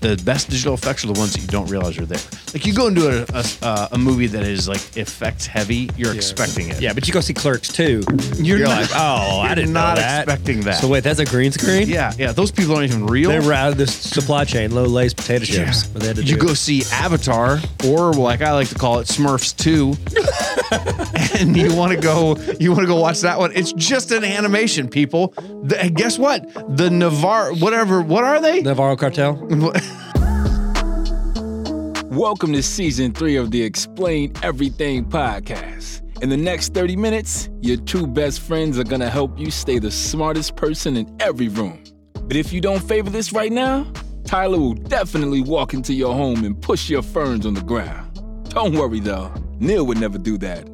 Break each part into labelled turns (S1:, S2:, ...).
S1: the best digital effects are the ones that you don't realize are there. Like you go into a a, uh, a movie that is like effects heavy, you're expecting it.
S2: Yeah, but you go see Clerks too.
S1: You're
S2: You're,
S1: not-
S2: like, oh, I
S1: you're
S2: didn't
S1: not
S2: know that.
S1: expecting that.
S2: So wait, that's a green screen.
S1: yeah, yeah. Those people aren't even real.
S2: they were out of the supply chain, low lays potato chips. What they had to
S1: you
S2: do.
S1: go see Avatar, or like I like to call it Smurfs Two, and you want to go, you want to go watch that one. It's just an animation, people. The- and guess what? The Navarre, whatever, what are they?
S2: Navarro Cartel.
S3: Welcome to season three of the Explain Everything podcast. In the next 30 minutes, your two best friends are going to help you stay the smartest person in every room. But if you don't favor this right now, Tyler will definitely walk into your home and push your ferns on the ground. Don't worry though, Neil would never do that.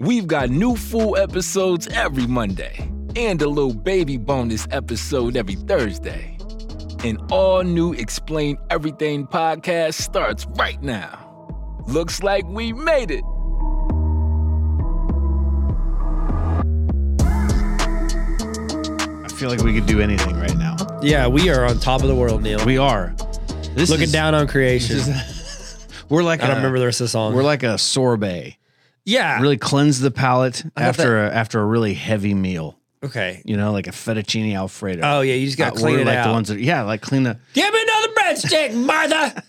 S3: We've got new full episodes every Monday and a little baby bonus episode every Thursday. An all new Explain Everything podcast starts right now. Looks like we made it.
S1: I feel like we could do anything right now.
S2: Yeah, we are on top of the world, Neil.
S1: We are. This
S2: Looking
S1: is-
S2: down on creation.
S1: We're like
S2: I
S1: a-
S2: don't remember the rest of the song.
S1: We're like a sorbet.
S2: yeah,
S1: Really cleanse the palate
S2: got
S1: after a, after a really heavy meal.
S2: okay.
S1: You know, like a fettuccine alfredo.
S2: Oh yeah, you just got
S1: Uh,
S2: to clean
S1: we're
S2: it
S1: like
S2: out.
S1: the ones that yeah, like clean the
S2: Give me another breadstick, Martha.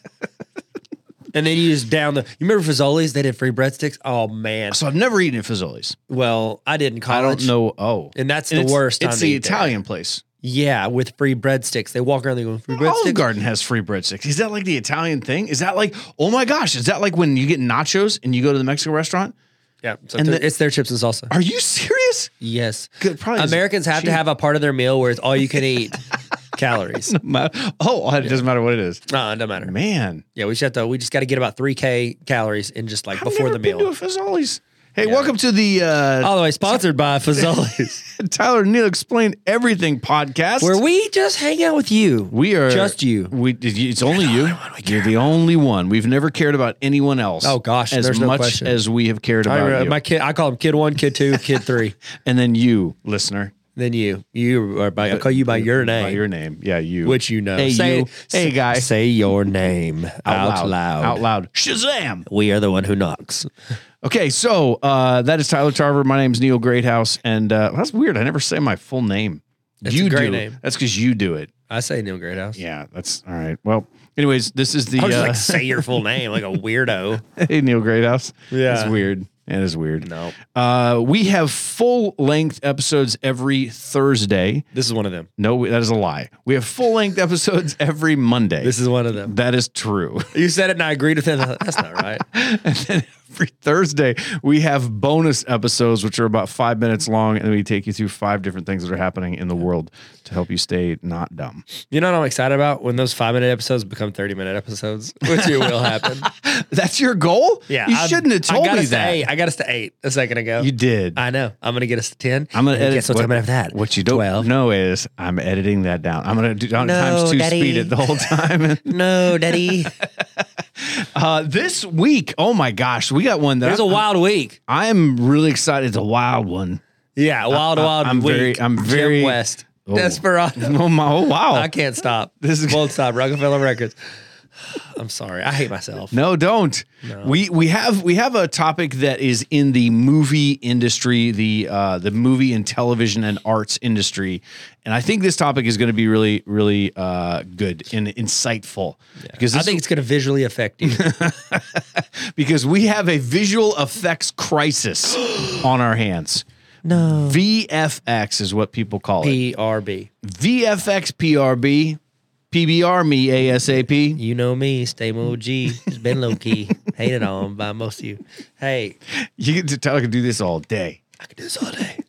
S2: and then you just down the. You remember Fazoli's? They did free breadsticks. Oh man.
S1: So I've never eaten at Fazoli's.
S2: Well, I did in
S1: I
S2: college.
S1: don't know. Oh,
S2: And that's the
S1: it's-
S2: worst time
S1: It's
S2: to
S1: the
S2: eat there.
S1: Italian place.
S2: Yeah, with free breadsticks. They walk around. They go free
S1: Olive
S2: breadsticks.
S1: Garden has free breadsticks. Is that like the Italian thing? Is that like oh my gosh? Is that like when you get nachos and you go to the Mexican restaurant?
S2: Yeah, so
S1: And
S2: it's-
S1: the-
S2: it's their chips and salsa.
S1: Are you serious?
S2: Yes,
S1: Good, probably is
S2: Americans have
S1: cheap.
S2: to have a part of their meal where it's all you can eat calories.
S1: My- oh, it doesn't matter what it is.
S2: No, it doesn't matter.
S1: Man,
S2: Yeah, we just have to. We just got to get about three k calories in just like
S1: I've
S2: before
S1: never
S2: the
S1: been
S2: meal.
S1: to a Fazoli's. Hey, welcome to the uh,
S2: all the way sponsored by Fazoli's,
S1: Tyler and Neil Explain Everything podcast.
S2: where we just hang out with you.
S1: we are
S2: just you.
S1: We it's only you. You're the only one. We've never cared about anyone else.
S2: Oh, gosh,
S1: as
S2: there's no
S1: much
S2: question.
S1: as we have cared
S2: I
S1: about
S2: remember
S1: you.
S2: my kid. I call him kid one, kid two, kid three.
S1: and then you, listener,
S2: then you, you are by. I call you by your name,
S1: by your name. Yeah, you.
S2: which you know.
S1: Hey,
S2: say,
S1: you. Hey, guy.
S2: Say your name out, loud.
S1: Out loud. Shazam.
S2: We are the one who knocks.
S1: Okay, so uh, that is Tyler Tarver. My name's Neil Greathouse, and uh, that's weird. I never say my full name.
S2: It's
S1: you
S2: a great
S1: do.
S2: name.
S1: That's because you do it.
S2: I say Neil Greathouse.
S1: Yeah, that's all right. Well, anyways, this is the
S2: I was just
S1: uh,
S2: like, say your full name like a weirdo.
S1: hey, Neil Greathouse.
S2: Yeah.
S1: it's weird. It is weird.
S2: No.
S1: Uh, we have full length episodes every Thursday.
S2: This is one of them.
S1: No, that is a lie. We have full length episodes every Monday.
S2: This is one of them.
S1: that is true.
S2: You said it and I agreed with him. I thought, That's not right.
S1: and then every Thursday we have bonus episodes, which are about five minutes long, and we take you through five different things that are happening in the world to help you stay not dumb.
S2: You know what I'm excited about? When those five minute episodes become 30 minute episodes, which it will happen.
S1: That's your goal?
S2: Yeah.
S1: you
S2: I'm-
S1: shouldn't have
S2: I
S1: told
S2: got
S1: me
S2: us to
S1: that.
S2: eight. I got us to eight a second ago.
S1: You did.
S2: I know. I'm going to get us to 10.
S1: I'm gonna
S2: And
S1: edit.
S2: Guess what's coming after that?
S1: What you don't
S2: 12.
S1: know is I'm editing that down. I'm gonna do down
S2: No,
S1: times two
S2: Daddy.
S1: speed it the whole time.
S2: No, daddy.
S1: uh, this week, oh my gosh, we got one that
S2: It was a
S1: I'm-
S2: wild week.
S1: I'm really excited. It's a wild one.
S2: Yeah, wild, wild
S1: I'm
S2: week.
S1: very- I'm very-
S2: Jim West.
S1: Oh.
S2: Desperado.
S1: Oh my! Oh wow!
S2: I can't stop. This is won't stop. Rockefeller Records. I'm sorry. I hate myself.
S1: No, don't. We we have we have a topic that is in the movie industry, the uh, the movie and television and arts industry, and I think this topic is going to be really really uh, good and insightful because
S2: I
S1: this-
S2: think it's going to visually affect you.
S1: because we have a visual effects crisis on our hands.
S2: no.
S1: VFX is what people call it.
S2: E PRB.
S1: VFX PRB, PBR me ASAP.
S2: You know me, stay low G. It's been low key. Hated on by most of you. Hey,
S1: You can tell I could do this all day.
S2: I could do this all day.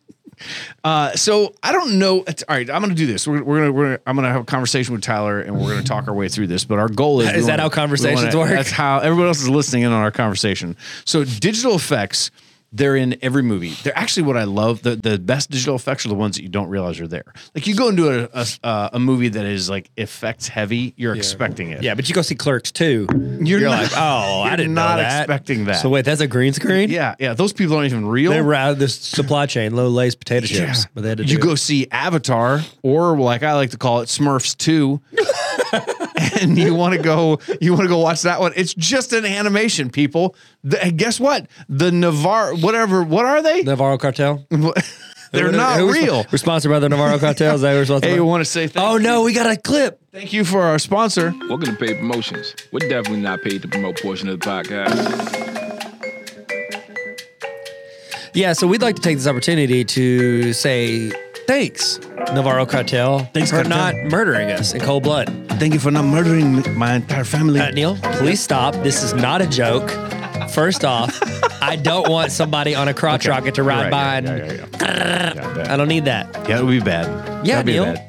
S1: Uh, so I don't know. It's, all right, I'm going to do this. We're, we're going to. We're, I'm going to have a conversation with Tyler, and we're going to talk our way through this. But our goal is
S2: Is
S1: we
S2: that
S1: wanna-
S2: how
S1: we
S2: conversations
S1: wanna-
S2: work?
S1: That's how everyone else is listening in on our conversation. So digital effects, they're in every movie. They're actually what I love. The the best digital effects are the ones that you don't realize are there. Like you go into a a, uh, a movie that is like effects heavy, you're expecting it.
S2: Yeah, but you go see Clerks too.
S1: You're
S2: You're,
S1: not-
S2: like, oh,
S1: you're
S2: I didn't
S1: not
S2: know that.
S1: expecting that.
S2: So wait, that's a green screen?
S1: yeah, yeah. Those people aren't even real.
S2: They were out of the supply chain, low lays potato chips. But they had to
S1: you
S2: do
S1: go
S2: it.
S1: see Avatar, or like I like to call it, Smurfs Two, and you want to go, you want to go watch that one. It's just an animation, people. The, and guess what? The Navarro, whatever, what are they?
S2: Navarro Cartel.
S1: They're not
S2: Who- who-
S1: real.
S2: We're sponsored by the Navarro Cartel. Is that what we're sponsored
S1: Hey,
S2: by?
S1: we want to say thank,
S2: oh no, we got a clip.
S1: thank you for our sponsor.
S3: Welcome to Paid Promotions. We're definitely not paid to promote portion of the podcast.
S2: Yeah, so we'd like to take this opportunity to say thanks, Navarro Cartel,
S1: Thanks,
S2: for
S1: cartel.
S2: not murdering us in cold blood.
S1: Thank you for not murdering my entire family.
S2: Uh, Neil, please stop. This is not a joke. First off, I don't want somebody on a crotch rocket to ride by. and I don't need that.
S1: Yeah, it would be bad.
S2: Yeah,
S1: That'd be
S2: Neil.
S1: bad.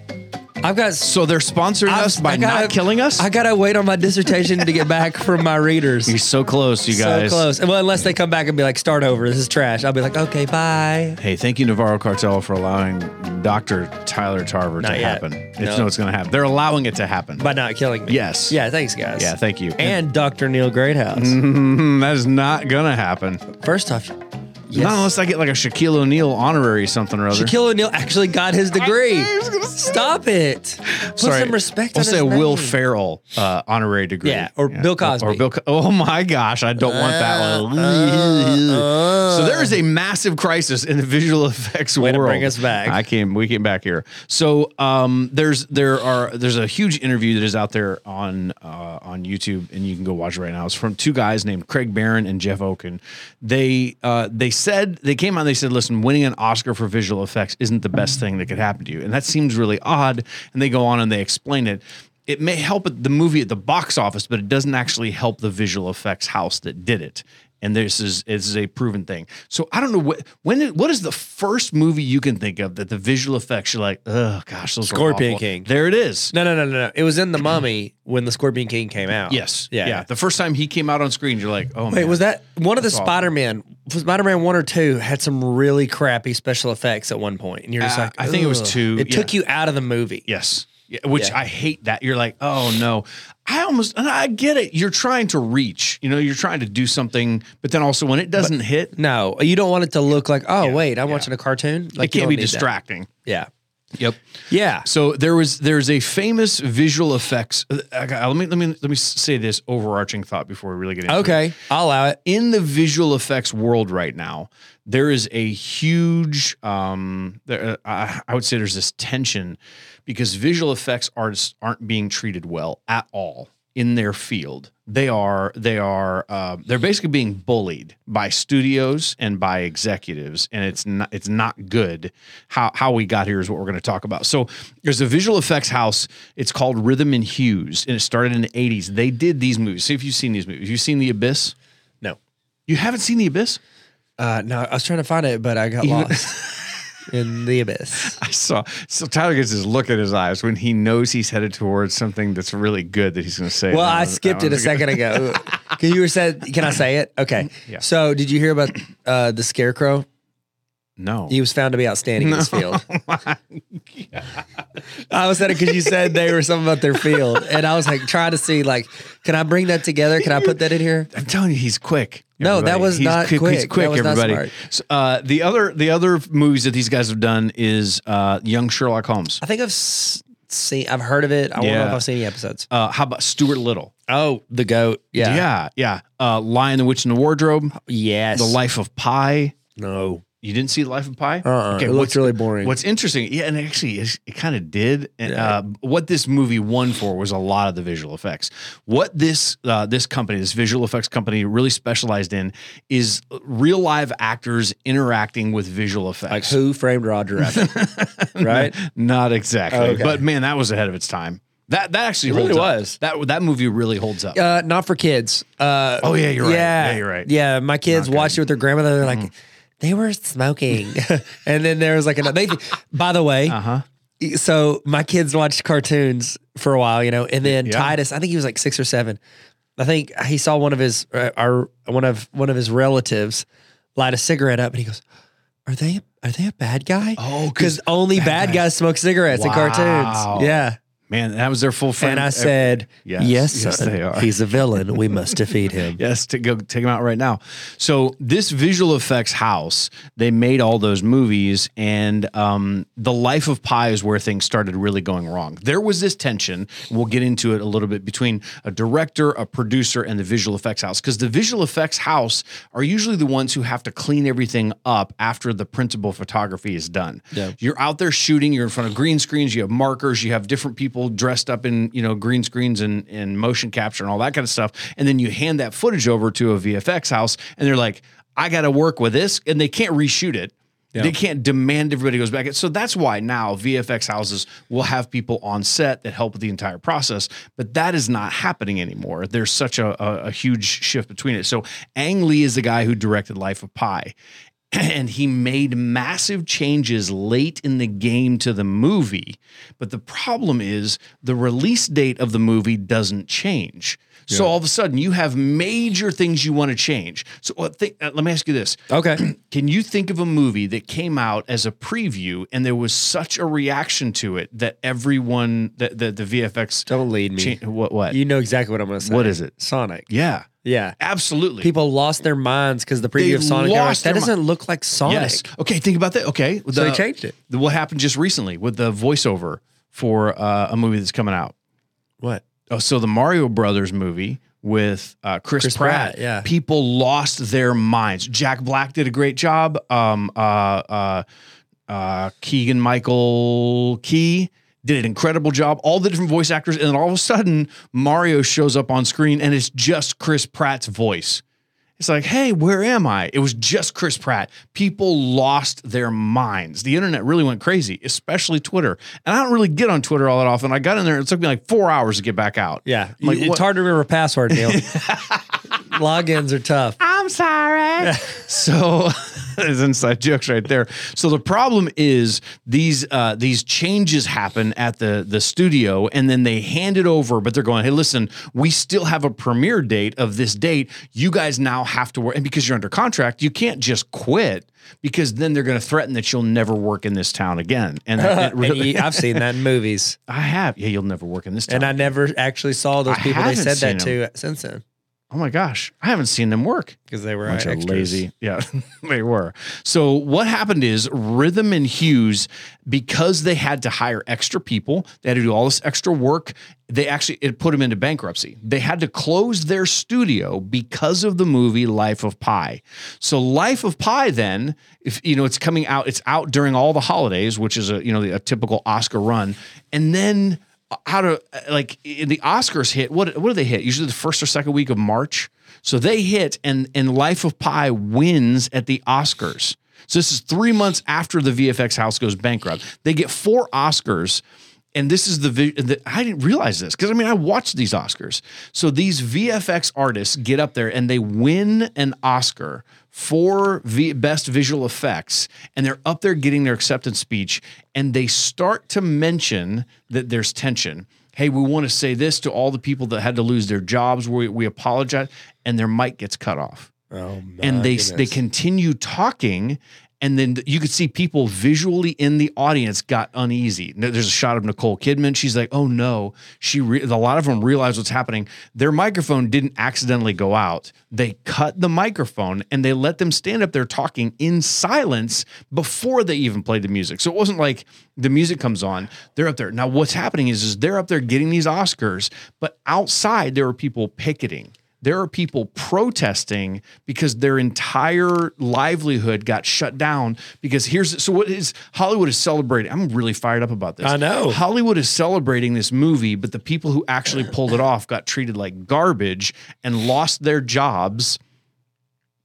S2: I've got so
S1: So they're sponsoring us by not killing us.
S2: I gotta wait on my dissertation to get back from my readers.
S1: You're so close, you guys.
S2: So close. Well, unless they come back and be like, start over. This is trash. I'll be like, okay, bye.
S1: Hey, thank you, Navarro Cartel, for allowing Dr. Tyler Tarver
S2: Not
S1: to
S2: yet.
S1: happen. It's
S2: No.
S1: no, it's going to happen. They're allowing it to happen.
S2: By not killing me.
S1: Yes.
S2: Yeah. Thanks, guys.
S1: yeah, thank you.
S2: and Dr. Neil Greathouse.
S1: Mm, that is not going to happen.
S2: First off, yes.
S1: Not unless I get like a Shaquille O'Neal honorary something or other.
S2: Shaquille O'Neal actually got his degree. Stop it. Put
S1: Sorry.
S2: some respect
S1: We'll
S2: on
S1: say
S2: his
S1: Will
S2: name.
S1: Ferrell uh, honorary degree.
S2: Yeah, or Bill Cosby.
S1: Or, Bill Co- Oh my gosh, I don't want that one.
S2: Uh,
S1: so there is a massive crisis in the visual effects
S2: to
S1: world.
S2: bring us back.
S1: I came we came back here. So um, there's there are there's a huge interview that is out there on uh, on YouTube and you can go watch it right now. It's from two guys named Craig Barron and Jeff Oken. They uh, they said they came out and they said, listen, winning an Oscar for visual effects isn't the best thing that could happen to you. And that seems really odd. And they go on and they explain it it may help the movie at the box office, but it doesn't actually help the visual effects house that did it. And this is this is a proven thing. So I don't know what when it- what is the first movie you can think of that the visual effects you're like, oh gosh, those were
S2: Scorpion
S1: awful."
S2: King.
S1: There it is.
S2: No, no, no, no, no. It was in The Mummy when The Scorpion King came out.
S1: Yes.
S2: Yeah.
S1: Yeah. The first time he came out on screen, you're like, oh
S2: Wait,
S1: man.
S2: was that one of the
S1: That's awful.
S2: Spider Man? Spider Man 1 or 2 had some really crappy special effects at one point, And you're just
S1: Uh,
S2: like,
S1: I think it was
S2: "Ugh."
S1: two,
S2: It
S1: yeah.
S2: took you out of the movie.
S1: Yes. Yeah, which
S2: Yeah.
S1: I hate that. You're like, oh no. I almost and I get it. You're trying to reach. You know, you're trying to do something, but then also when it doesn't hit,
S2: No, you don't want it to look like, oh, wait, I'm
S1: yeah.
S2: watching a cartoon. Like,
S1: it
S2: you
S1: can't
S2: don't
S1: be
S2: need that.
S1: distracting.
S2: Yeah.
S1: Yep.
S2: Yeah.
S1: So there was there's a famous visual effects. uh, I got- Let me let me let me say this overarching thought before we really get into it
S2: Okay. I'll allow it.
S1: in the visual effects world right now, there is a huge, um, there, uh, I would say there's this tension because visual effects artists aren't being treated well at all in their field. They are, they are, uh, they're basically being bullied by studios and by executives, and it's not, it's not good. How how we got here is what we're going to talk about. So there's a visual effects house. It's called Rhythm and Hues, and it started in the '80s. They did these movies. See if you've seen these movies. You've seen The Abyss.
S2: No.
S1: You haven't seen The Abyss?
S2: Uh, no, I was trying to find it, but I got lost in the abyss.
S1: I saw. So Tyler gets this look in his eyes when he knows he's headed towards something that's really good that he's going to say.
S2: Well,
S1: That
S2: I
S1: one- that
S2: skipped it a
S1: one's good.
S2: second ago. Can you were said? Can I say it? Okay.
S1: Yeah.
S2: So, did you hear about uh, the scarecrow?
S1: No.
S2: He was found to be outstanding in his field. I was at it because you said they were something about their field, and I was like trying to see like, can I bring that together? Can I put that in here?
S1: I'm telling you, he's quick.
S2: No, that was
S1: He's
S2: not
S1: He's
S2: quick.
S1: quick,
S2: That was not
S1: everybody.
S2: smart.
S1: So, uh, the other the other movies that these guys have done is uh, Young Sherlock Holmes.
S2: I think I've s- seen, I've heard of it. I don't know if
S1: Yeah.
S2: I've seen any episodes.
S1: Uh, how about Stuart Little?
S2: Oh, the goat. Yeah.
S1: yeah, yeah. Uh, Lion, the Witch, and the Wardrobe.
S2: Yes.
S1: The Life of Pi.
S2: No.
S1: You didn't see Life of Pi?
S2: Uh-uh.
S1: Okay,
S2: it
S1: what's
S2: looks really boring.
S1: What's interesting, yeah, and actually it's- it kind of did. And,
S2: Yeah.
S1: uh, what this movie won for was a lot of the visual effects. What this uh, this company, this visual effects company, really specialized in is real live actors interacting with visual
S2: like
S1: effects.
S2: who framed Roger Rabbit? right?
S1: Not exactly,
S2: Okay.
S1: but man, that was ahead of its time. That that actually
S2: It really
S1: holds up.
S2: was.
S1: That that movie really holds up.
S2: Uh, not for kids. Uh,
S1: Oh, yeah, you're right. Yeah, you're right. Mm-hmm.
S2: Yeah, my kids watched it with their grandmother. They're like, they were smoking, and then there was like another. They, by the way,
S1: Uh huh.
S2: so my kids watched cartoons for a while, you know, and then
S1: Yeah.
S2: Titus, I think he was like six or seven. I think he saw one of his uh, our one of one of his relatives light a cigarette up, and he goes, "Are they are they a bad guy?
S1: Oh,
S2: Because only bad guys, smoke cigarettes in
S1: Wow.
S2: cartoons. Yeah,
S1: Man, that was their full friend.
S2: And I said,
S1: Yes.
S2: yes,
S1: Yes,
S2: son.
S1: they are.
S2: He's a villain. We must defeat him.
S1: Yes, to go take them out right now. So this visual effects house, they made all those movies, and um, the life of Pi is where things started really going wrong. There was this tension. We'll get into it a little bit between a director, a producer, and the visual effects house, because the visual effects house are usually the ones who have to clean everything up after the principal photography is done.
S2: Yeah.
S1: You're out there shooting. You're in front of green screens. You have markers. You have different people dressed up in you know green screens and and motion capture and all that kind of stuff. And then you hand that footage over to a VFX house, and they're like, "I got to work with this," and they can't reshoot it. They can't demand everybody goes back. So that's why now VFX houses will have people on set that help with the entire process. But that is not happening anymore. There's such a, a, a huge shift between it. So Ang Lee is the guy who directed Life of Pi and he made massive changes late in the game to the movie. But the problem is the release date of the movie doesn't change. So all of a sudden, you have major things you want to change. So uh, thi- uh, let me ask you this.
S2: Okay.
S1: Can you think of a movie that came out as a preview and there was such a reaction to it that everyone, that, that the VFX,
S2: Don't lead me.
S1: cha- what, what?
S2: You know exactly what I'm going to say.
S1: What is it?
S2: Sonic.
S1: yeah,
S2: Yeah.
S1: absolutely.
S2: People lost their minds because the preview
S1: They
S2: of Sonic. they're like,
S1: lost
S2: that
S1: their mi-
S2: doesn't look like Sonic.
S1: Yes. Okay. Think about that. Okay.
S2: So they
S1: The-
S2: changed it.
S1: the- what happened just recently with the voiceover for uh, a movie that's coming out.
S2: What?
S1: Oh, so the Mario Brothers movie with uh, Chris,
S2: Chris
S1: Pratt,
S2: Pratt, yeah.
S1: people lost their minds. Jack Black did a great job. Um, uh, uh, uh, Keegan Michael Key did an incredible job. All the different voice actors, and then all of a sudden, Mario shows up on screen, and it's just Chris Pratt's voice. It's like, hey, where am I? It was just Chris Pratt. People lost their minds. The internet really went crazy, especially Twitter. And I don't really get on Twitter all that often. I got in there, it took me like four hours to get back out.
S2: Yeah.
S1: I'm like,
S2: it's
S1: what-
S2: hard to remember a password, Neil. Logins are tough.
S1: I'm sorry. so there's inside jokes right there. So the problem is these uh, these changes happen at the the studio, and then they hand it over. But they're going, hey, listen, we still have a premiere date of this date. You guys now have to work, and because you're under contract, you can't just quit because then they're going to threaten that you'll never work in this town again. And that- it
S2: And
S1: really,
S2: you- I've seen that in movies,
S1: I have, yeah, you'll never work in this town.
S2: and I never actually saw those
S1: I
S2: people they
S1: haven't
S2: said that
S1: seen
S2: to since then
S1: oh my gosh, I haven't seen them work.
S2: because they were
S1: bunch
S2: extras.
S1: of lazy. Yeah, they were. So what happened is Rhythm and Hughes, because they had to hire extra people, they had to do all this extra work. They actually it put them into bankruptcy. They had to close their studio because of the movie Life of Pi. So Life of Pi, then, if you know, it's coming out. It's out during all the holidays, which is a you know a typical Oscar run, and then. How to like in the Oscars hit? What what do they hit? Usually the first or second week of March. So they hit, and and Life of Pi wins at the Oscars. So this is three months after the VFX house goes bankrupt. They get four Oscars. And this is the, vi- the I didn't realize this because I mean I watched these Oscars. So these VFX artists get up there and they win an Oscar for v- best visual effects, and they're up there getting their acceptance speech, and they start to mention that there's tension hey, we want to say this to all the people that had to lose their jobs. We, we apologize. And their mic gets cut off.
S2: Oh,
S1: and they they continue talking. And then you could see people visually in the audience got uneasy. N- There's a shot of Nicole Kidman. She's like, "Oh no!" She re- a lot of them realize what's happening. Their microphone didn't accidentally go out. They cut the microphone and they let them stand up there talking in silence before they even played the music. So it wasn't like the music comes on. They're up there now. What's happening is is they're up there getting these Oscars, but outside there were people picketing there are people protesting because their entire livelihood got shut down because here's so what is Hollywood is celebrating I'm really fired up about this
S2: I know.
S1: Hollywood is celebrating this movie but the people who actually pulled it off got treated like garbage and lost their jobs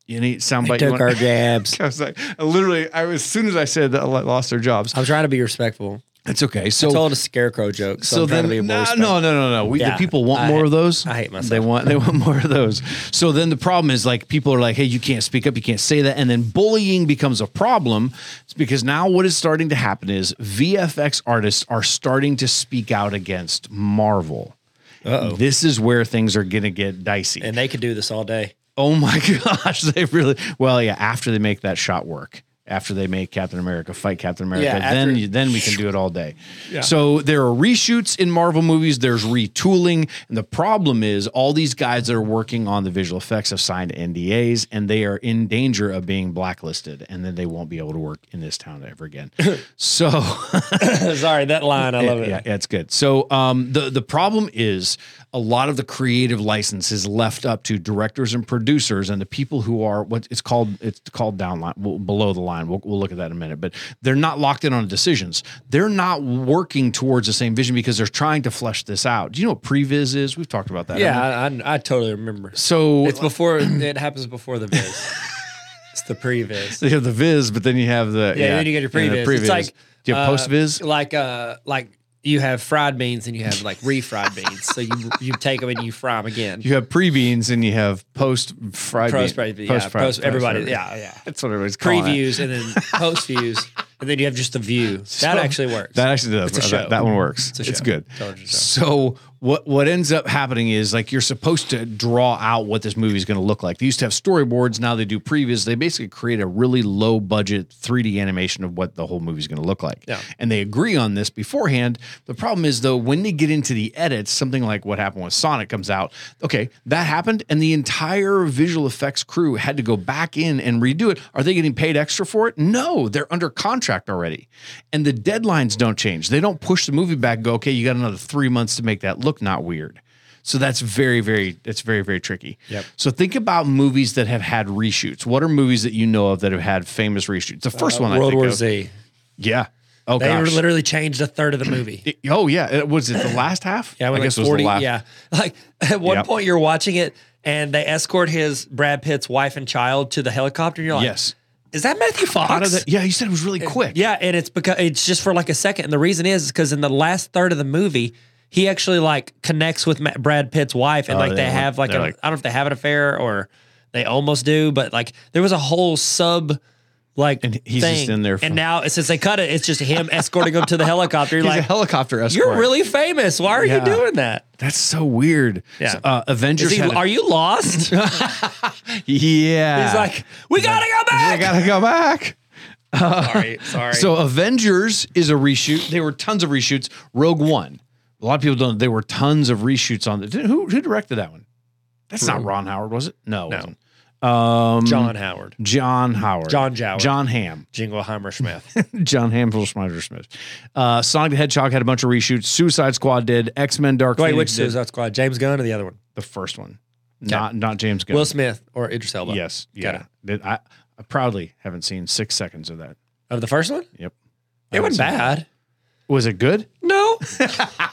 S1: any soundbite you
S2: took
S1: want-
S2: our jabs.
S1: I was like I literally I was, as soon as I said that I lost their jobs
S2: I'm trying to be respectful.
S1: that's okay so
S2: I told a scarecrow joke, so,
S1: Oh. so
S2: I'm trying
S1: then,
S2: to be
S1: no,
S2: more
S1: no,
S2: respectful.
S1: no, no, no. We,
S2: Yeah.
S1: the people want
S2: I-
S1: more of those.
S2: I hate myself.
S1: They want, they want more of those. So then the problem is like people are like, hey, you can't speak up, you can't say that, and then bullying becomes a problem. It's because now what is starting to happen is VFX artists are starting to speak out against Marvel.
S2: Uh-oh.
S1: This is where things are gonna get dicey.
S2: And they could do this all day.
S1: Oh my gosh, they really well, yeah, after they make that shot work. after they make Captain America fight Captain America.
S4: Yeah, after-
S1: then you- then we can do it all day.
S2: Yeah.
S1: So there are reshoots in Marvel movies. There's retooling, and the problem is all these guys that are working on the visual effects have signed NDAs, and they are in danger of being blacklisted, and then they won't be able to work in this town ever again. so.
S2: Sorry, that line. I love it.
S1: Yeah, yeah, it's good. So um, the the problem is a lot of the creative license is left up to directors and producers and the people who are what it's called it's called downline well, below the line. We'll, we'll look at that in a minute, but they're not locked in on decisions. They're not working towards the same vision because they're trying to flesh this out. Do you know what previs is? We've talked about that.
S2: Yeah, I, I, I totally remember.
S1: So
S2: It's before it happens before the viz. it's the pre-viz.
S1: you have the viz, but then you have the
S2: Yeah, then you get your
S1: and the
S2: pre-viz. It's like
S1: do you have
S2: uh,
S1: post viz?
S2: Like uh, like you have fried beans and you have like refried beans. So you you take them and you fry them again.
S1: You have pre beans and you have post fried bean-
S2: Post fried, yeah, post,
S1: fried-
S2: everybody,
S1: fried-
S2: yeah, yeah.
S1: That's what everybody's calling it.
S2: Previews and then post views, and then you have just the view. that actually works.
S1: That actually does. Uh,
S2: It's a
S1: That,
S2: show.
S1: that one works. It's,
S2: a show.
S1: good.
S2: Television show.
S1: So what what ends up happening is like you're supposed to draw out what this movie is going to look like. They used to have storyboards. Now they do previews. They basically create a really low budget 3D animation of what the whole movie is going to look like.
S2: Yeah.
S1: And they agree on this beforehand. The problem is though when they get into the edits, something like what happened with Sonic comes out. Okay, that happened, and the entire visual effects crew had to go back in and redo it. Are they getting paid extra for it? No, they're under contract already, and the deadlines don't change. They don't push the movie back. And go, okay, you got another three months to make that look not weird. So that's very, very, that's very, very tricky.
S2: Yep.
S1: So think about movies that have had reshoots. What are movies that you know of that have had famous reshoots? The first one, I
S2: Uh, World
S1: think
S2: War
S1: of-
S2: Z.
S1: Yeah. Oh
S2: They
S1: gosh.
S2: literally changed a third of the movie.
S1: It- oh yeah, it, was it the last half?
S2: Yeah,
S1: I
S2: when like
S1: guess it was
S2: 40,
S1: the last.
S2: Yeah. Like at one
S1: Yep.
S2: point you're watching it and they escort his Brad Pitt's wife and child to the helicopter. And you're like,
S1: Yes.
S2: Is that Matthew Fox?
S1: Out of the, yeah, you said it was really quick.
S2: uh, yeah, and it's because it's just for like a second. And the reason is because in the last third of the movie, he actually like connects with Ma- Brad Pitt's wife and
S1: Oh,
S2: like they,
S1: they want-
S2: have like,
S1: they're
S2: an,
S1: like-
S2: I don't know if they have an affair or they almost do, but like there was a whole sub like
S1: And he's
S2: thing.
S1: just in there
S2: and
S1: from-
S2: now since they cut it, it's just him escorting him to the helicopter. You're
S1: He's a
S2: like
S1: helicopter escort.
S2: you're really famous. Why are
S1: Yeah.
S2: you doing that?
S1: That's so weird.
S2: Yeah.
S1: So, uh, Avengers.
S2: Is he,
S1: had a-
S2: are you lost?
S1: yeah.
S2: He's like, we gotta go
S1: I
S2: back.
S1: gotta go back.
S2: sorry, sorry.
S1: So Avengers is a reshoot. There were tons of reshoots. Rogue One. A lot of people don't. There were tons of reshoots on. The, who who directed that one? That's not Ron Howard, was it? No. it wasn't. Um,
S2: John Howard,
S1: John Howard.
S2: John Jowett.
S1: John Ham.
S2: Jingleheimer Smith.
S1: John Ham. Schmider Smith. Uh, Sonic the Hedgehog had a bunch of reshoots. Suicide Squad did. X Men Dark
S2: Wait,
S1: Phoenix
S2: which
S1: did.
S2: Suicide Squad? James Gunn or the other one?
S1: the first one, not not James Gunn.
S2: Will Smith or Idris Elba?
S1: yes,
S2: Got
S1: yeah. That- I, I proudly haven't seen six seconds of that.
S2: Of the first one?
S1: Yep. I
S2: It
S1: haven't
S2: wasn't
S1: seen that.
S2: bad.
S1: Was it good?
S2: No.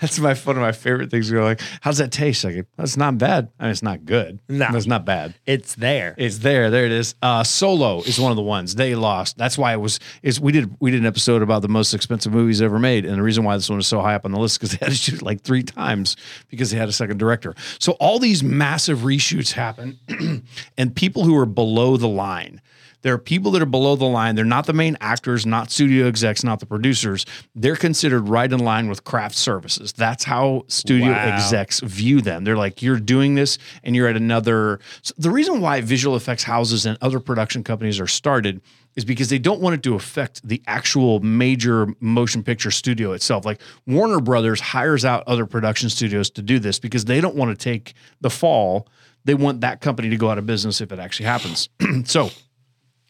S1: That's my one of my favorite things. You're like, how's that taste? Like, that's not bad. I mean, it's not good.
S2: No.
S1: it's not bad.
S2: it's there.
S1: It's there. There it is. Uh, Solo is one of the ones they lost. That's why it was. Is we did we did an episode about the most expensive movies ever made, and the reason why this one is so high up on the list because they had to shoot it like three times because they had a second director. So all these massive reshoots happen, and people who are below the line. There are people that are below the line. They're not the main actors, not studio execs, not the producers. They're considered right in line with craft services. That's how studio
S2: Wow.
S1: execs view them. They're like, you're doing this and you're at another. So the reason why visual effects houses and other production companies are started is because they don't want it to affect the actual major motion picture studio itself. Like Warner Brothers hires out other production studios to do this because they don't want to take the fall. They want that company to go out of business if it actually happens. so,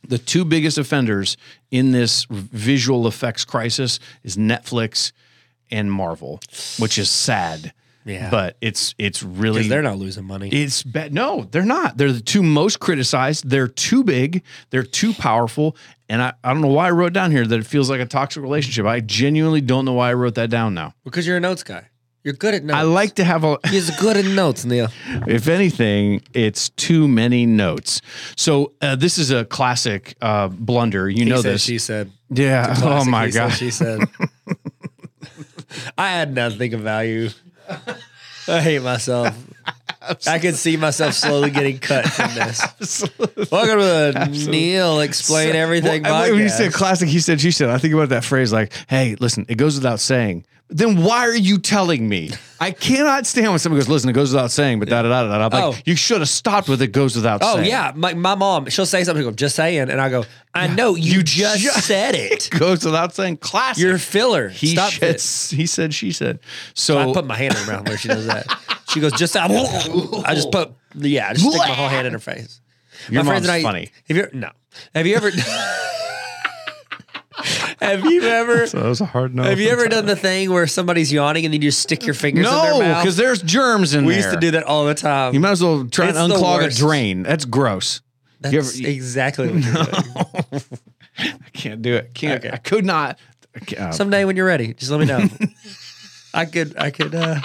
S1: the two biggest offenders in this visual effects crisis is Netflix and Marvel, which is sad.
S2: Yeah.
S1: But it's it's really
S2: Because they're not losing money.
S1: it's bad. No, they're not. They're the two most criticized. They're too big. They're too powerful. And I, I don't know why I wrote down here that it feels like a toxic relationship. I genuinely don't know why I wrote that down now.
S2: because you're a notes guy. You're good at notes.
S1: I like to have a
S2: He's good at notes, Neil.
S1: if anything, it's too many notes. So uh, this is a classic uh, blunder. You know
S2: he said,
S1: this.
S2: She said.
S1: Yeah. Oh
S2: Classic,
S1: my
S2: he said,
S1: gosh.
S2: She said. I had nothing of value. I hate myself. I can see myself slowly getting cut from this. Welcome to the Neil Explain Everything
S1: Well, I- When you
S2: podcast.
S1: said classic, he said, she said. I think about that phrase like, hey, listen, it goes without saying, then why are you telling me? I cannot stand when someone goes, listen, it goes without saying, but da da da da da. I'm Like,
S2: Oh.
S1: you should have stopped with it goes without
S2: Oh
S1: saying.
S2: yeah, my, my mom. She'll say something. She'll go, just saying, and I go, I know you,
S1: You
S2: just,
S1: ju-
S2: said it.
S1: Goes without saying. Classic.
S2: You're a filler.
S1: he,
S2: Stop
S1: said-
S2: it.
S1: he said, she said. So
S2: I put my hand in her mouth where she does that. She goes, just I, I just put yeah, I just stick my whole hand in her face.
S1: Your
S2: my friends
S1: mom's
S2: and I,
S1: funny.
S2: Have you no? Have you ever? have you ever?
S1: that was a hard no.
S2: Have you ever done the thing where somebody's yawning and then you just stick your fingers in
S1: No,
S2: their mouth?
S1: because there's germs in
S2: we
S1: there.
S2: used to do that all the time.
S1: You might as well try
S2: It's
S1: and
S2: the
S1: unclog a
S2: worst.
S1: drain. That's gross.
S2: That's
S1: you ever-
S2: exactly what you're doing.
S1: I can't do it. Can't.
S2: Okay.
S1: I could not. I can't- uh,
S2: Someday when you're ready, just let me know. I could, I could, uh,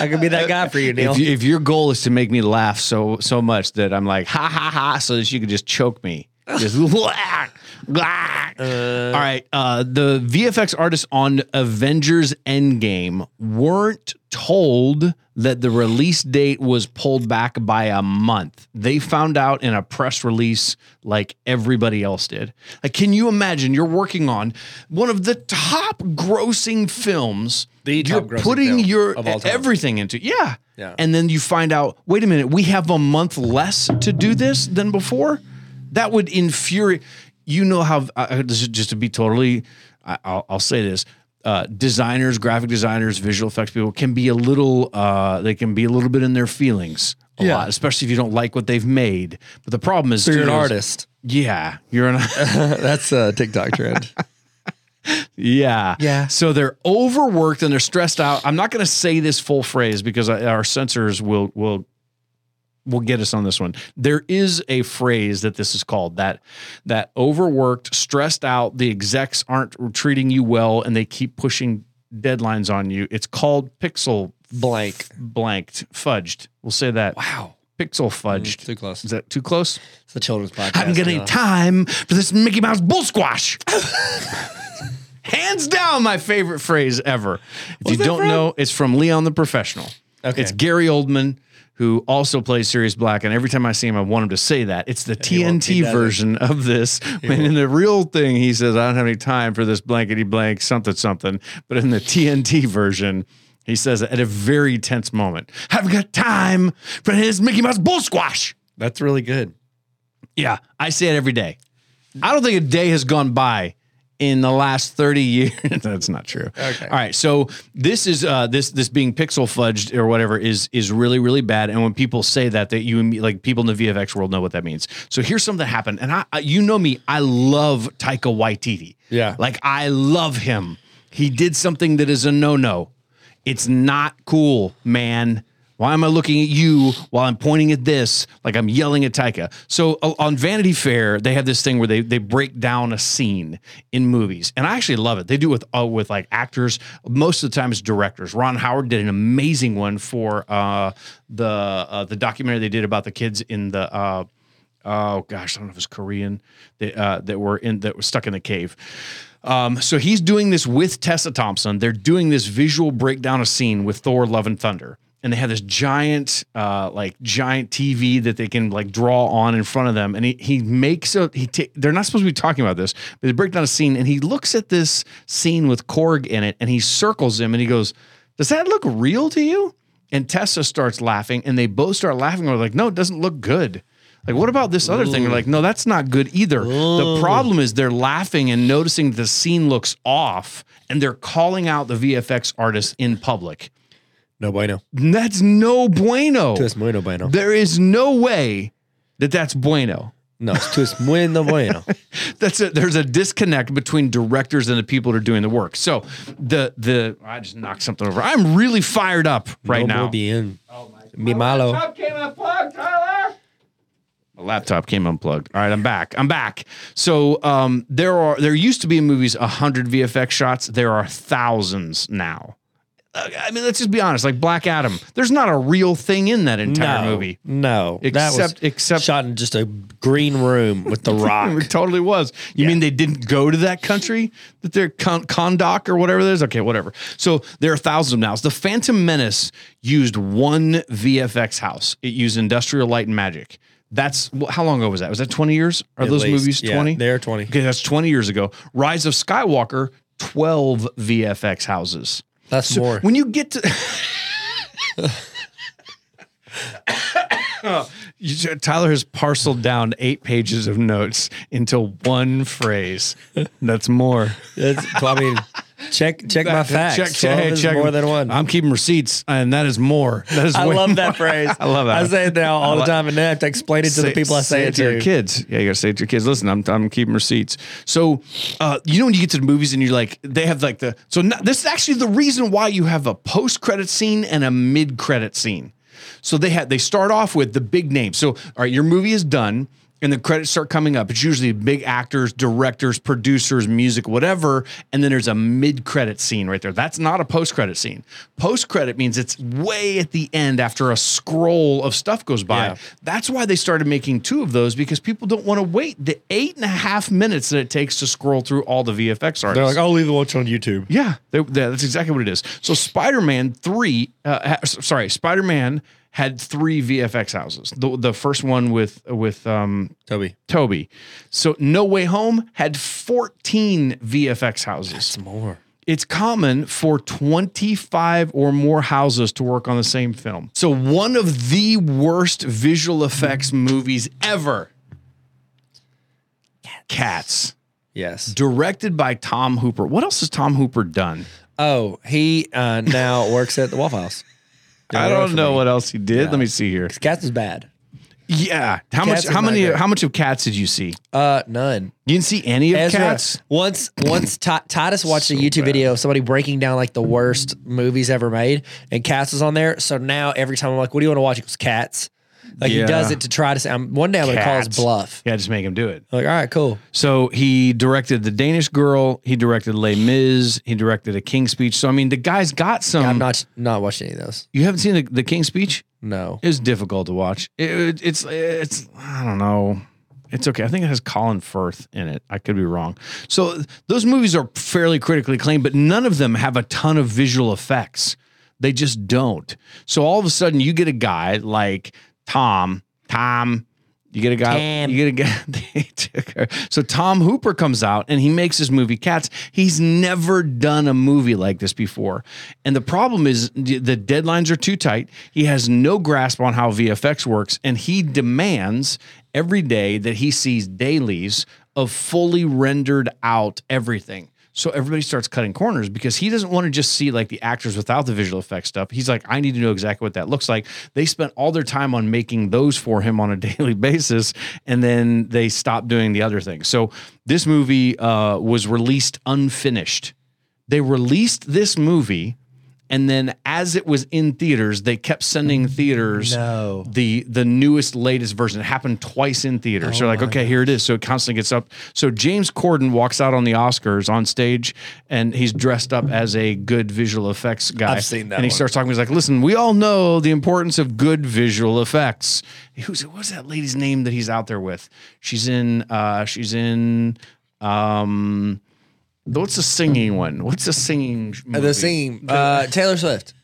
S2: I could be that guy for you, Neil.
S1: if, you, if your goal is to make me laugh so so much that I'm like ha ha ha, so that you could just choke me, just whack, whack. all right. Uh, the VFX artists on Avengers Endgame weren't told that the release date was pulled back by a month. They found out in a press release, like everybody else did. Like, can you imagine? You're working on one of the top grossing films.
S2: The top
S1: you're
S2: grossing
S1: putting
S2: film
S1: your
S2: of all time.
S1: every everything into yeah.
S2: Yeah.
S1: And then you find out, wait a minute, we have a month less to do this than before. That would infuriate. You know how uh, this is just to be totally, I, I'll, I'll say this: uh, designers, graphic designers, visual effects people can be a little, uh, they can be a little bit in their feelings a
S2: Yeah.
S1: lot, especially if you don't like what they've made. But the problem is,
S2: you're an
S1: studios-
S2: artist.
S1: Yeah, you're an.
S2: That's a TikTok trend.
S1: Yeah.
S2: Yeah.
S1: So they're overworked and they're stressed out. I'm not going to say this full phrase because I, our censors will will will get us on this one. There is a phrase that this is called that that overworked, stressed out, the execs aren't treating you well and they keep pushing deadlines on you. It's called pixel
S2: Blank.
S1: blanked, fudged. We'll say that.
S2: Wow. Mm,
S1: Pixel fudged.
S2: Too close.
S1: Is that too close?
S2: It's a children's podcast.
S1: I haven't got any
S2: now.
S1: time for this Mickey Mouse bull squash. Hands down, my favorite phrase ever. If you don't know, it's from Leon the Professional.
S2: Okay.
S1: It's Gary Oldman, who also plays Sirius Black. And every time I see him, I want him to say that. It's the
S2: won't.
S1: TNT
S2: He doesn't.
S1: version of this. and in the real thing, he says, I don't have any time for this blankety blank something something. But in the TNT version, he says it at a very tense moment, haven't got time for his Mickey Mouse bull squash.
S2: That's really good.
S1: Yeah, I say it every day. I don't think a day has gone by in the last 30 years. That's not true.
S2: Okay.
S1: All right. So this is uh this this being pixel fudged or whatever is is really, really bad. And when people say that, that you like people in the VFX world know what that means. So here's something that happened. And I, I you know me, I love Taika Waititi.
S2: Yeah.
S1: Like I love him. He did something that is a no-no. It's not cool, man. Why am I looking at you while I'm pointing at this? Like I'm yelling at Taika. So o- on Vanity Fair, they have this thing where they they break down a scene in movies, and I actually love it. They do it with uh, with like actors. Most of the time, it's directors. Ron Howard did an amazing one for uh, the uh, the documentary they did about the kids in the. Uh, Oh gosh, I don't know if it's Korean that uh, that were in that were stuck in the cave. Um, so he's doing this with Tessa Thompson. They're doing this visual breakdown of scene with Thor: Love and Thunder, and they have this giant, uh, like giant TV that they can like draw on in front of them. And he he makes a he. Ta- they're not supposed to be talking about this, but they break down a scene, and he looks at this scene with Korg in it, and he circles him, and he goes, "Does that look real to you?" And Tessa starts laughing, and they both start laughing. We're like, "No, it doesn't look good." Like, what about this other thing? You're like, no, that's not good either. The problem is they're laughing and noticing the scene looks off and they're calling out the VFX artist in public.
S2: No bueno.
S1: And That's no bueno.
S2: Tues muy no bueno.
S1: There is no way that that's bueno.
S2: No, it's tues muy no bueno.
S1: That's a, there's a disconnect between directors and the people that are doing the work. So the the I just knocked something over. I'm really fired up right
S2: no
S1: now.
S2: Muy bien.
S1: Oh
S2: Mi malo.
S1: My laptop came unplugged. All right, I'm back. I'm back. So um, there are there used to be in movies hundred VFX shots. There are thousands now. Uh, I mean, let's just be honest. Like Black Adam, there's not a real thing in that entire
S2: no,
S1: movie.
S2: No. that was
S1: Except- except-
S2: shot in just a green room with the rock.
S1: It totally was. You mean they didn't go to that country that they're con- Kondak or whatever it is? Okay, whatever. So there are thousands of nows. The Phantom Menace used one VFX house. It used Industrial Light and Magic. That's wh- how long ago was that? Was that 20 years? Are
S2: At
S1: those
S2: least.
S1: movies
S2: Yeah,
S1: 20?
S2: they're 20.
S1: Okay, that's 20 years ago. Rise of Skywalker, 12 VFX houses.
S2: That's
S1: So
S2: more.
S1: When you get to. You- Tyler has parceled down eight pages of notes into one phrase. That's more.
S2: That's, I mean, check check my facts.
S1: Check, check,
S2: 12
S1: hey,
S2: is
S1: check.
S2: more than one.
S1: I'm keeping receipts, and that is more. That is.
S2: I
S1: way
S2: love
S1: more.
S2: that phrase.
S1: I love that.
S2: I say it now all the time, and then I have to explain it to the people I say, it
S1: your
S2: to.
S1: kids. Yeah, you gotta say it to your kids. Listen, I'm, I'm keeping receipts. So, uh, you know when you get to the movies and you're like, they have like the so no- this is actually the reason why you have a post credit scene and a mid credit scene. So they had they start off with the big name. So all right, your movie is done. And the credits start coming up. It's usually big actors, directors, producers, music, whatever. And then there's a mid-credit scene right there. That's not a post-credit scene. Post-credit means it's way at the end after a scroll of stuff goes by.
S2: Yeah.
S1: That's why they started making two of those because people don't want to wait the eight and a half minutes that it takes to scroll through all the VFX artists.
S2: They're like, "Oh." I'll leave the watch on YouTube.
S1: yeah, they- they- that's exactly what it is. So Spider Man three, uh, ha- s- sorry, Spider Man had three VFX houses. The, the first one with with um,
S2: Toby,
S1: Toby. So No Way Home had fourteen VFX houses.
S2: it's more.
S1: It's common for 25 or more houses to work on the same film. So, one of the worst visual effects movies ever Cats,
S2: Yes.
S1: directed by Tom Hooper. What else has Tom Hooper done?
S2: Oh, he uh, now works at the Waffle House.
S1: I don't know what else he did. Let me see here.
S2: Cats is bad.
S1: Yeah. How
S2: Cats
S1: much
S2: is
S1: how
S2: not
S1: many
S2: great.
S1: how much of cats did you see?
S2: Uh, none.
S1: You didn't see any of
S2: Ezra,
S1: cats?
S2: Once, once Ti- Titus watched a YouTube video of somebody breaking down like the worst movies ever made, and Cats was on there. So now every time I'm like, "What do you want to watch?" He goes, "Cats." Like
S1: Yeah.
S2: he does it to try to say. I'm, one day I'm gonna call his
S1: Cats.
S2: bluff.
S1: Yeah, just make him do it.
S2: I'm like, all right, cool.
S1: So he directed The Danish Girl, he directed Les Mis, he directed A King's Speech. So I mean the guy's got some
S2: I'm not not watching any of those.
S1: You haven't seen The, the King's Speech?
S2: No.
S1: It was difficult to watch. It, it- it's it's I don't know. It's okay. I think it has Colin Firth in it. I could be wrong. So those movies are fairly critically acclaimed, but none of them have a ton of visual effects. They just don't. So all of a sudden, you get a guy like Tom. Tom. You get a guy.
S2: Tam.
S1: You get a guy. they took her. So Tom Hooper comes out and he makes his movie Cats. He's never done a movie like this before, and the problem is the the deadlines are too tight. He has no grasp on how VFX works, and he demands every day that he sees dailies of fully rendered out everything. So everybody starts cutting corners because he doesn't want to just see like the actors without the visual effects stuff. He's like, I need to know exactly what that looks like. They spent all their time on making those for him on a daily basis, and then they stopped doing the other thing. So this movie uh, was released unfinished. They released this movie, and then as it was in theaters, they kept sending theaters
S2: No.
S1: the the newest latest version. It happened twice in theater.
S2: Oh
S1: so like, okay, here it is. So it constantly gets up. So James Corden walks out on the Oscars on stage, and he's dressed up as a good visual effects guy.
S2: I've seen that
S1: And he
S2: one.
S1: starts talking. He's like, listen, we all know the importance of good visual effects. Who's what's that lady's name that he's out there with? She's in. uh She's in. um What's the singing one? What's the singing? movie?
S2: The singing, uh, Taylor Swift,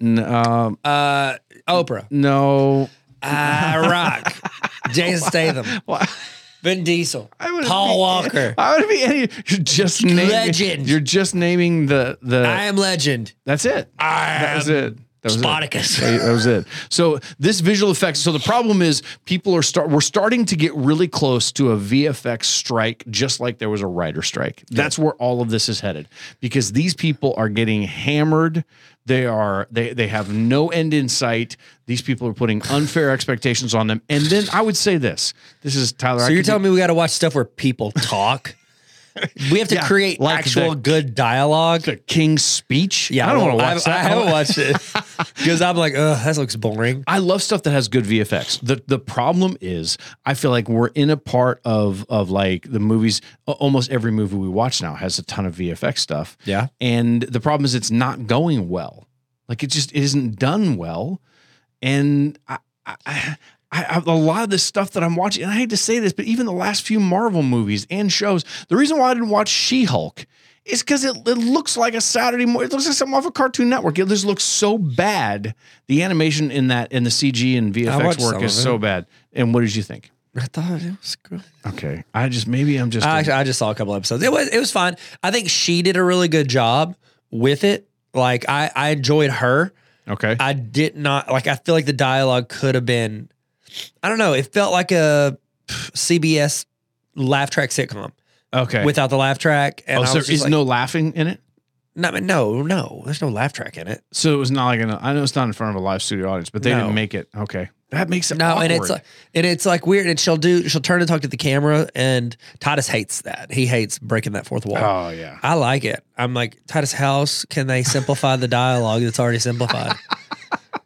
S1: N- um,
S2: uh, Oprah,
S1: no.
S2: uh, Rock, Jason Statham,
S1: Well,
S2: Vin Diesel,
S1: wouldn't
S2: Paul
S1: be-
S2: Walker.
S1: I would be any. You're just naming.
S2: Legend.
S1: You're just naming the the.
S2: I am Legend.
S1: that's it.
S2: I
S1: that was it. That was it.
S2: Spartacus.
S1: That that was it. So this visual effects. So the problem is people are start. We're starting to get really close to a VFX strike, just like there was a writer strike. That's where all of this is headed because these people are getting hammered. They are they they have no end in sight. These people are putting unfair expectations on them. And then I would say this. This is Tyler. I
S2: So you're
S1: could be-
S2: telling me we got to watch stuff where people talk? we have to
S1: Yeah,
S2: create
S1: like
S2: actual
S1: the-
S2: good dialogue.
S1: the King's Speech. I don't want to
S2: I've-
S1: watch that.
S2: I haven't watched it because I'm like, ugh, that looks boring.
S1: I love stuff that has good VFX. The the problem is I feel like we're in a part of of like the movies a- almost every movie we watch now has a ton of VFX stuff.
S2: Yeah.
S1: And the problem is it's not going well. Like it just it isn't done well. And I I, I, I a lot of the stuff that I'm watching, and I hate to say this, but even the last few Marvel movies and shows, the reason why I didn't watch She-Hulk is because it, it looks like a Saturday morning. It looks like something off of Cartoon Network. It just looks so bad. The animation in that and the CG and
S2: watched
S1: VFX work
S2: some
S1: is
S2: of it.
S1: so bad. And what did you think?
S2: I thought it was good.
S1: Okay, I just maybe I'm just
S2: I, actually, I just saw a couple episodes. It was it was fine. I think she did a really good job with it. Like I, I enjoyed her.
S1: Okay.
S2: I did not like. I feel like the dialogue could have been. I don't know. It felt like a pff, CBS laugh track sitcom
S1: okay.
S2: without the laugh track. And
S1: oh,
S2: I
S1: so
S2: was
S1: there
S2: just
S1: is
S2: like,
S1: no laughing in it.
S2: no, no, no. There's no laugh track in it.
S1: So it was not like an. I know it's not in front of a live studio audience, but they
S2: No.
S1: didn't make it. Okay, that makes it.
S2: No,
S1: awkward.
S2: and it's like, and it's like weird. And she'll do. She'll turn and talk to the camera. And Titus hates that. He hates breaking that fourth wall.
S1: oh yeah.
S2: I like it. I'm like Titus House. Can they simplify the dialogue that's already simplified?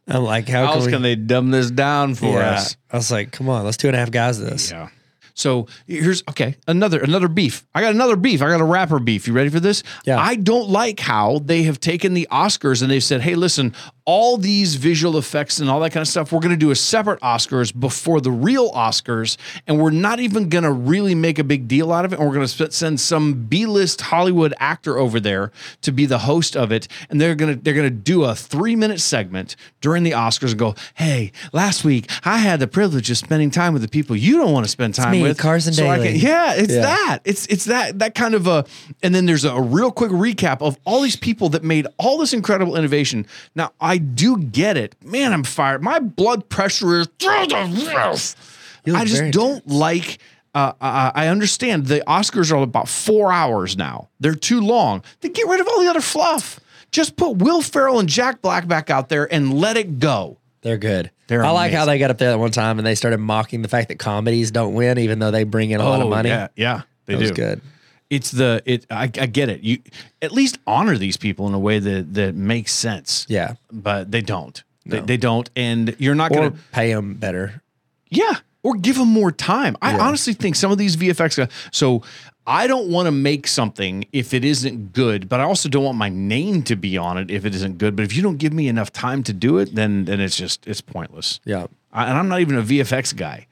S2: I'm like,
S1: How
S2: how can
S1: else
S2: we?
S1: can they dumb this down for
S2: Yeah.
S1: us?
S2: I was like, come on, let's two and a half guys this.
S1: Yeah. So here's okay another another beef. I got another beef. I got a rapper beef. You ready for this?
S2: Yeah.
S1: I don't like how they have taken the Oscars and they've said, "Hey, listen, all these visual effects and all that kind of stuff. We're going to do a separate Oscars before the real Oscars, and we're not even going to really make a big deal out of it. And we're going to send some B-list Hollywood actor over there to be the host of it, and they're gonna they're gonna do a three minute segment during the Oscars and go, "Hey, last week I had the privilege of spending time with the people you don't want to spend time
S2: me,
S1: with."
S2: Carson
S1: I
S2: Daly.
S1: can, yeah, it's
S2: Yeah.
S1: that. It's it's that that kind of a. And then there's a, real quick recap of all these people that made all this incredible innovation. Now I do get it, man. I'm fired. My blood pressure is through the roof.
S2: You look
S1: I just
S2: very
S1: don't like. Uh, I, I understand the Oscars are about four hours now. They're too long. Then get rid of all the other fluff. Just put Will Ferrell and Jack Black back out there and let it go.
S2: They're good.
S1: They're
S2: I like how they got up there that one time and they started mocking the fact that comedies don't win, even though they bring in a lot of money.
S1: Oh, yeah, yeah, they
S2: that
S1: do.
S2: was good.
S1: It's the it. I, I get it. You at least honor these people in a way that that makes sense.
S2: Yeah,
S1: but they don't. They, they don't, and you're not
S2: or
S1: gonna.
S2: pay them better.
S1: Yeah, or give them more time. I
S2: Yeah.
S1: honestly think some of these VFX. guy- So I don't want to make something if it isn't good, but I also don't want my name to be on it if it isn't good. But if you don't give me enough time to do it, then then it's just it's pointless.
S2: Yeah,
S1: I, and I'm not even a VFX guy.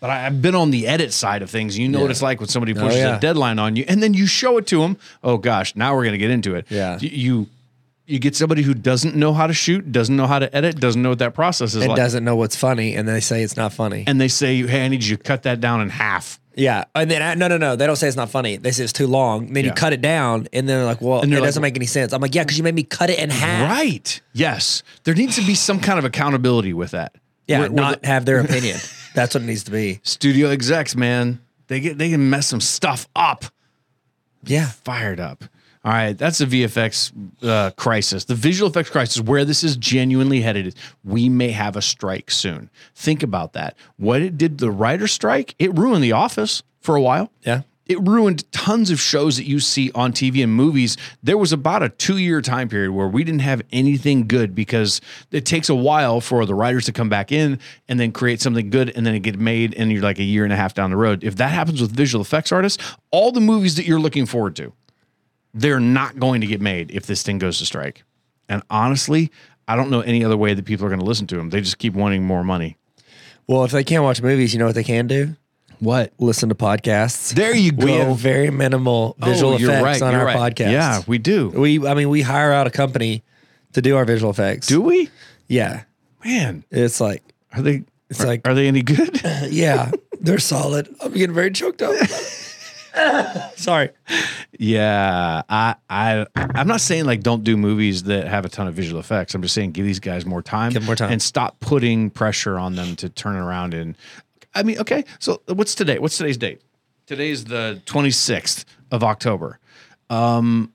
S1: But I, I've been on the edit side of things. You know what it's like when somebody pushes
S2: Oh, yeah.
S1: a deadline on you, and then you show it to them. Oh gosh, now we're gonna get into it.
S2: Yeah.
S1: Y- you you get somebody who doesn't know how to shoot, doesn't know how to edit, doesn't know what that process is
S2: and
S1: like,
S2: doesn't know what's funny, and they say it's not funny.
S1: and they say, "Hey, I need you to cut that down in half."
S2: yeah, and then I, no, no, no, they don't say it's not funny. They say it's too long. then
S1: Yeah.
S2: you cut it down, and then they're like, "Well,
S1: And
S2: it
S1: they're like,
S2: doesn't make any sense." I'm like, "Yeah, because you made me cut it in half."
S1: Right. Yes. There needs to be some kind of accountability with that.
S2: Yeah,
S1: Where- where
S2: not have their opinion. That's what it needs to be.
S1: the studio execs, man, they get they can mess some stuff up.
S2: Yeah,
S1: Fired up. All right, that's the VFX uh, crisis, the visual effects crisis, where this is genuinely headed. Is we may have a strike soon. Think about that. What it did, the writer strike, it ruined The Office for a while.
S2: yeah.
S1: It ruined tons of shows that you see on TV and movies. There was about a two year time period where we didn't have anything good because it takes a while for the writers to come back in and then create something good and then it get made and you're like a year and a half down the road. If that happens with visual effects artists, all the movies that you're looking forward to, they're not going to get made if this thing goes to strike. And honestly, I don't know any other way that people are going to listen to them. They just keep wanting more money.
S2: Well, if they can't watch movies, you know what they can do?
S1: What?
S2: Listen to podcasts.
S1: There you
S2: We
S1: go.
S2: have very minimal visual
S1: Oh, you're right,
S2: effects on
S1: you're
S2: our
S1: right.
S2: podcast.
S1: Yeah, we do.
S2: We, I mean, we hire out a company to do our visual effects.
S1: Do we?
S2: yeah,
S1: Man,
S2: it's like,
S1: Are they?
S2: It's
S1: are,
S2: like-
S1: are they any good?
S2: yeah, they're solid. I'm getting very choked up. Sorry.
S1: yeah, I, I, I'm not saying like don't do movies that have a ton of visual effects. I'm just saying give these guys more time,
S2: Give 'em more time.
S1: and stop putting pressure on them to turn around and. I mean, okay. So what's today? What's today's date? Today's the 26th of October. Um,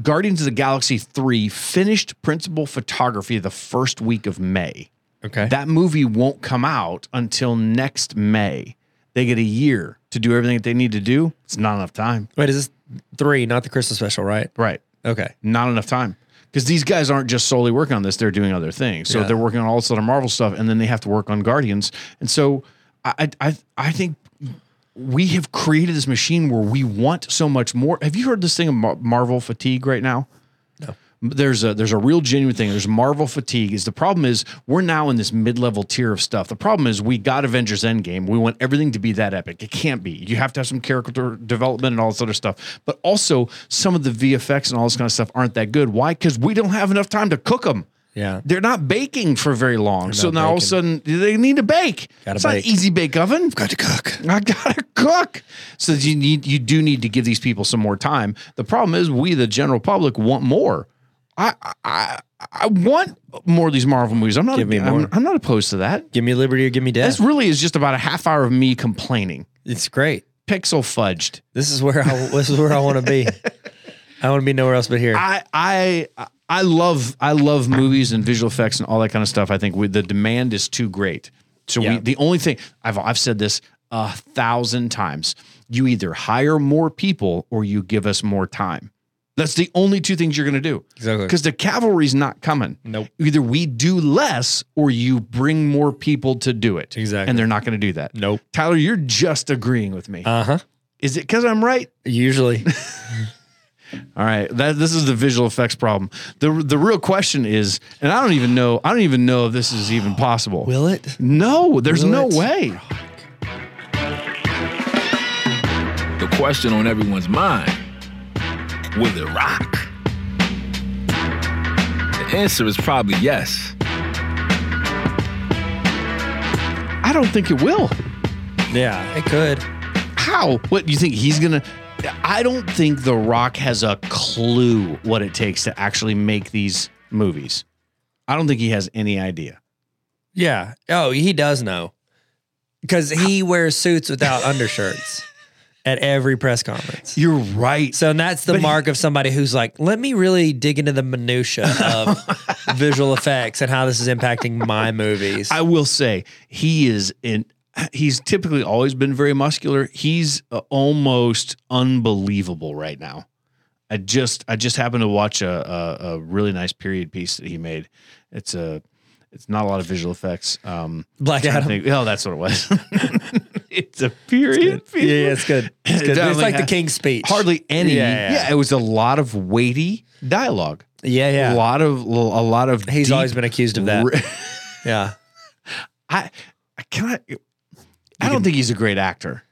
S1: Guardians of the Galaxy 3 finished principal photography the first week of May.
S2: Okay.
S1: That movie won't come out until next May. They get a year to do everything that they need to do. It's not enough time.
S2: Wait, is this three, not the Christmas special, right?
S1: Right.
S2: Okay.
S1: Not enough time. Because these guys aren't just solely working on this, they're doing other things. So
S2: Yeah.
S1: they're working on all this other Marvel stuff and then they have to work on Guardians. And so I I I- I think we have created this machine where we want so much more. Have you heard this thing of Mar- Marvel fatigue right now? there's a there's a real genuine thing. There's Marvel fatigue. Is the problem is we're now in this mid level tier of stuff. The problem is we got Avengers Endgame. We want everything to be that epic. It can't be. You have to have some character development and all this other stuff. But also some of the VFX and all this kind of stuff aren't that good. Why? Because we don't have enough time to cook them.
S2: Yeah.
S1: They're not baking for very long. So now all of a sudden they need to bake.
S2: Gotta
S1: it's not
S2: bake.
S1: an easy bake oven.
S2: Got to cook.
S1: I gotta cook. So you need you do need to give these people some more time. The problem is we, the general public, want more. I I I want more of these Marvel movies. I'm not
S2: Give me
S1: I'm-
S2: more.
S1: I'm not opposed to that.
S2: Give me liberty or give me death.
S1: This really is just about a half hour of me complaining.
S2: it's great.
S1: Pixel fudged.
S2: This is where I this is where I want to be. I want to be nowhere else but here.
S1: I I I love I love movies and visual effects and all that kind of stuff. I think we, the demand is too great. So we
S2: Yeah.
S1: the only thing I've I've said this a thousand times. You either hire more people or you give us more time. That's the only two things you're going to do.
S2: Exactly.
S1: Because the cavalry's not coming.
S2: Nope.
S1: Either we do less or you bring more people to do it.
S2: Exactly.
S1: And they're not going to do that.
S2: Nope.
S1: Tyler, you're just agreeing with me.
S2: Uh huh.
S1: is it because I'm right?
S2: Usually.
S1: All right, that this is the visual effects problem. the The real question is, and I don't even know. I don't even know if this is even possible.
S2: Will it?
S1: no, there's
S2: Will
S1: no
S2: it?
S1: way.
S3: The question on everyone's mind Will it rock? The answer is probably yes.
S1: I don't think it will.
S2: Yeah, it could.
S1: How? What do you think he's gonna? I don't think The Rock has a clue what it takes to actually make these movies. I don't think he has any idea.
S2: Yeah. Oh, he does know. Because he wears suits without undershirts at every press conference.
S1: You're right.
S2: So that's the
S1: But he-
S2: mark of somebody who's like, let me really dig into the minutia of visual effects and how this is impacting my movies.
S1: I will say he is in. He's typically always been very muscular. He's uh, almost unbelievable right now. I just I just happened to watch a, a a really nice period piece that he made. It's a it's not a lot of visual effects. Um,
S2: Black
S1: I
S2: Adam.
S1: think, oh, that's what it was. it's a period
S2: Yeah,
S1: piece.
S2: yeah, it's good. It's, good.
S1: Definitely
S2: it's like the
S1: has-
S2: King's speech.
S1: Hardly any.
S2: Yeah, yeah, yeah.
S1: it was a lot of weighty dialogue.
S2: Yeah,
S1: A
S2: yeah.
S1: lot of a lot of.
S2: He's
S1: deep
S2: always been accused of that.
S1: re-
S2: yeah.
S1: I, I cannot. I don't think he's a great actor.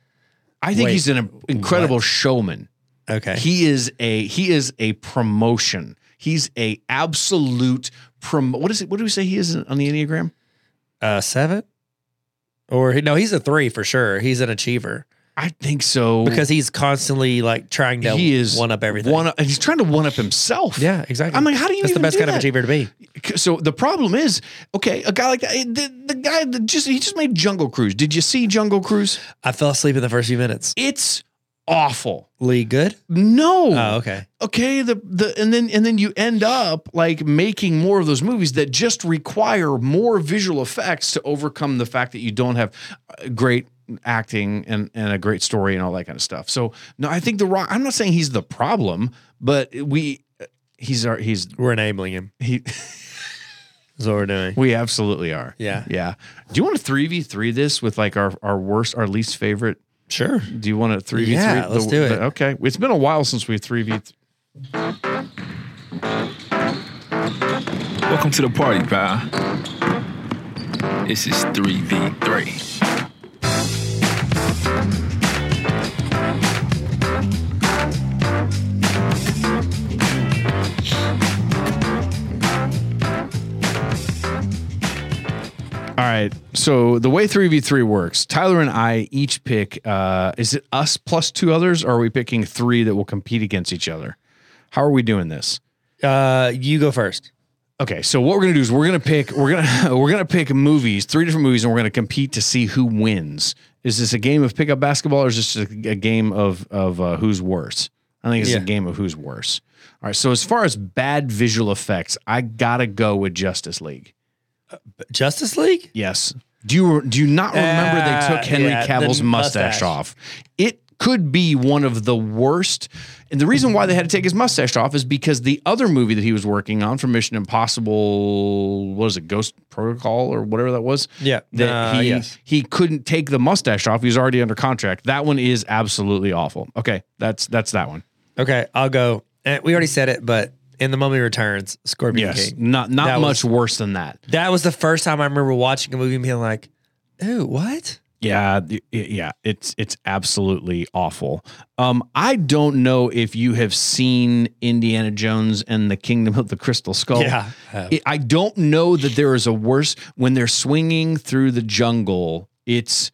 S1: I think
S2: Wait,
S1: he's an im- incredible showman.
S2: Okay.
S1: He is a he is a promotion. He's a absolute prom. What is it? What do we say he is on the enneagram?
S2: uh seven or no he's a three for sure he's an achiever
S1: I think so
S2: because he's constantly like trying to
S1: he is
S2: one up everything
S1: One up, and he's trying to one up himself.
S2: yeah exactly
S1: I'm like, how do you?
S2: that's the
S1: even
S2: best
S1: do
S2: kind of
S1: that?
S2: achiever to be
S1: So the problem is, okay, a guy like that, eh, the, the guy that just he just made Jungle Cruise. Did you see Jungle Cruise?
S2: i fell asleep in the first few minutes
S1: It's awful.
S2: lee good
S1: No.
S2: oh okay
S1: okay the the and then and then you end up like making more of those movies that just require more visual effects to overcome the fact that you don't have uh, great acting and and a great story and all that kind of stuff so no i think the rock i'm not saying he's the problem but we uh, he's our he's
S2: we're enabling him
S1: he
S2: is what we're doing
S1: we absolutely are
S2: Yeah.
S1: yeah do you want to 3v3 this with like our our worst our least favorite
S2: sure
S1: do you want to 3v3
S2: Yeah, let's do it.
S1: okay it's been a while since we 3v
S3: Welcome to the party, pal. This is 3v3.
S1: All right. So the way three v three works, Tyler and I each pick. Uh, is it us plus two others, or are we picking three that will compete against each other? How are we doing this?
S2: uh you go first
S1: Okay. So what we're gonna do is we're gonna pick. We're gonna we're gonna pick movies, three different movies, and we're gonna compete to see who wins. Is this a game of pickup basketball, or is this a, a game of of uh, who's worse? I think it's
S2: Yeah.
S1: a game of who's worse. All right. So as far as bad visual effects, I gotta go with Justice League.
S2: justice league
S1: Yes. Do you do you not remember they
S2: Ah,
S1: took Henry
S2: yeah, the
S1: Cavill's mustache,
S2: mustache.
S1: off? It could be one of the worst. And the reason why they had to take his mustache off is because the other movie that he was working on for Mission Impossible, what is it, Ghost Protocol or whatever that was?
S2: Yeah.
S1: That
S2: Uh,
S1: he
S2: yes.
S1: he couldn't take the mustache off. He was already under contract. That one is absolutely awful. Okay, that's that's that one.
S2: okay i'll go Eh, we already said it but in the mummy returns scorpion king
S1: Not not
S2: That
S1: much
S2: was-
S1: worse than that.
S2: that was the first time i remember watching a movie and being like ooh what
S1: Yeah, the- it- yeah, it's it's absolutely awful. Um, I don't know if you have seen Indiana Jones and the Kingdom of the Crystal Skull.
S2: Yeah, I have.
S1: It- I don't know that there is a worse when they're swinging through the jungle. It's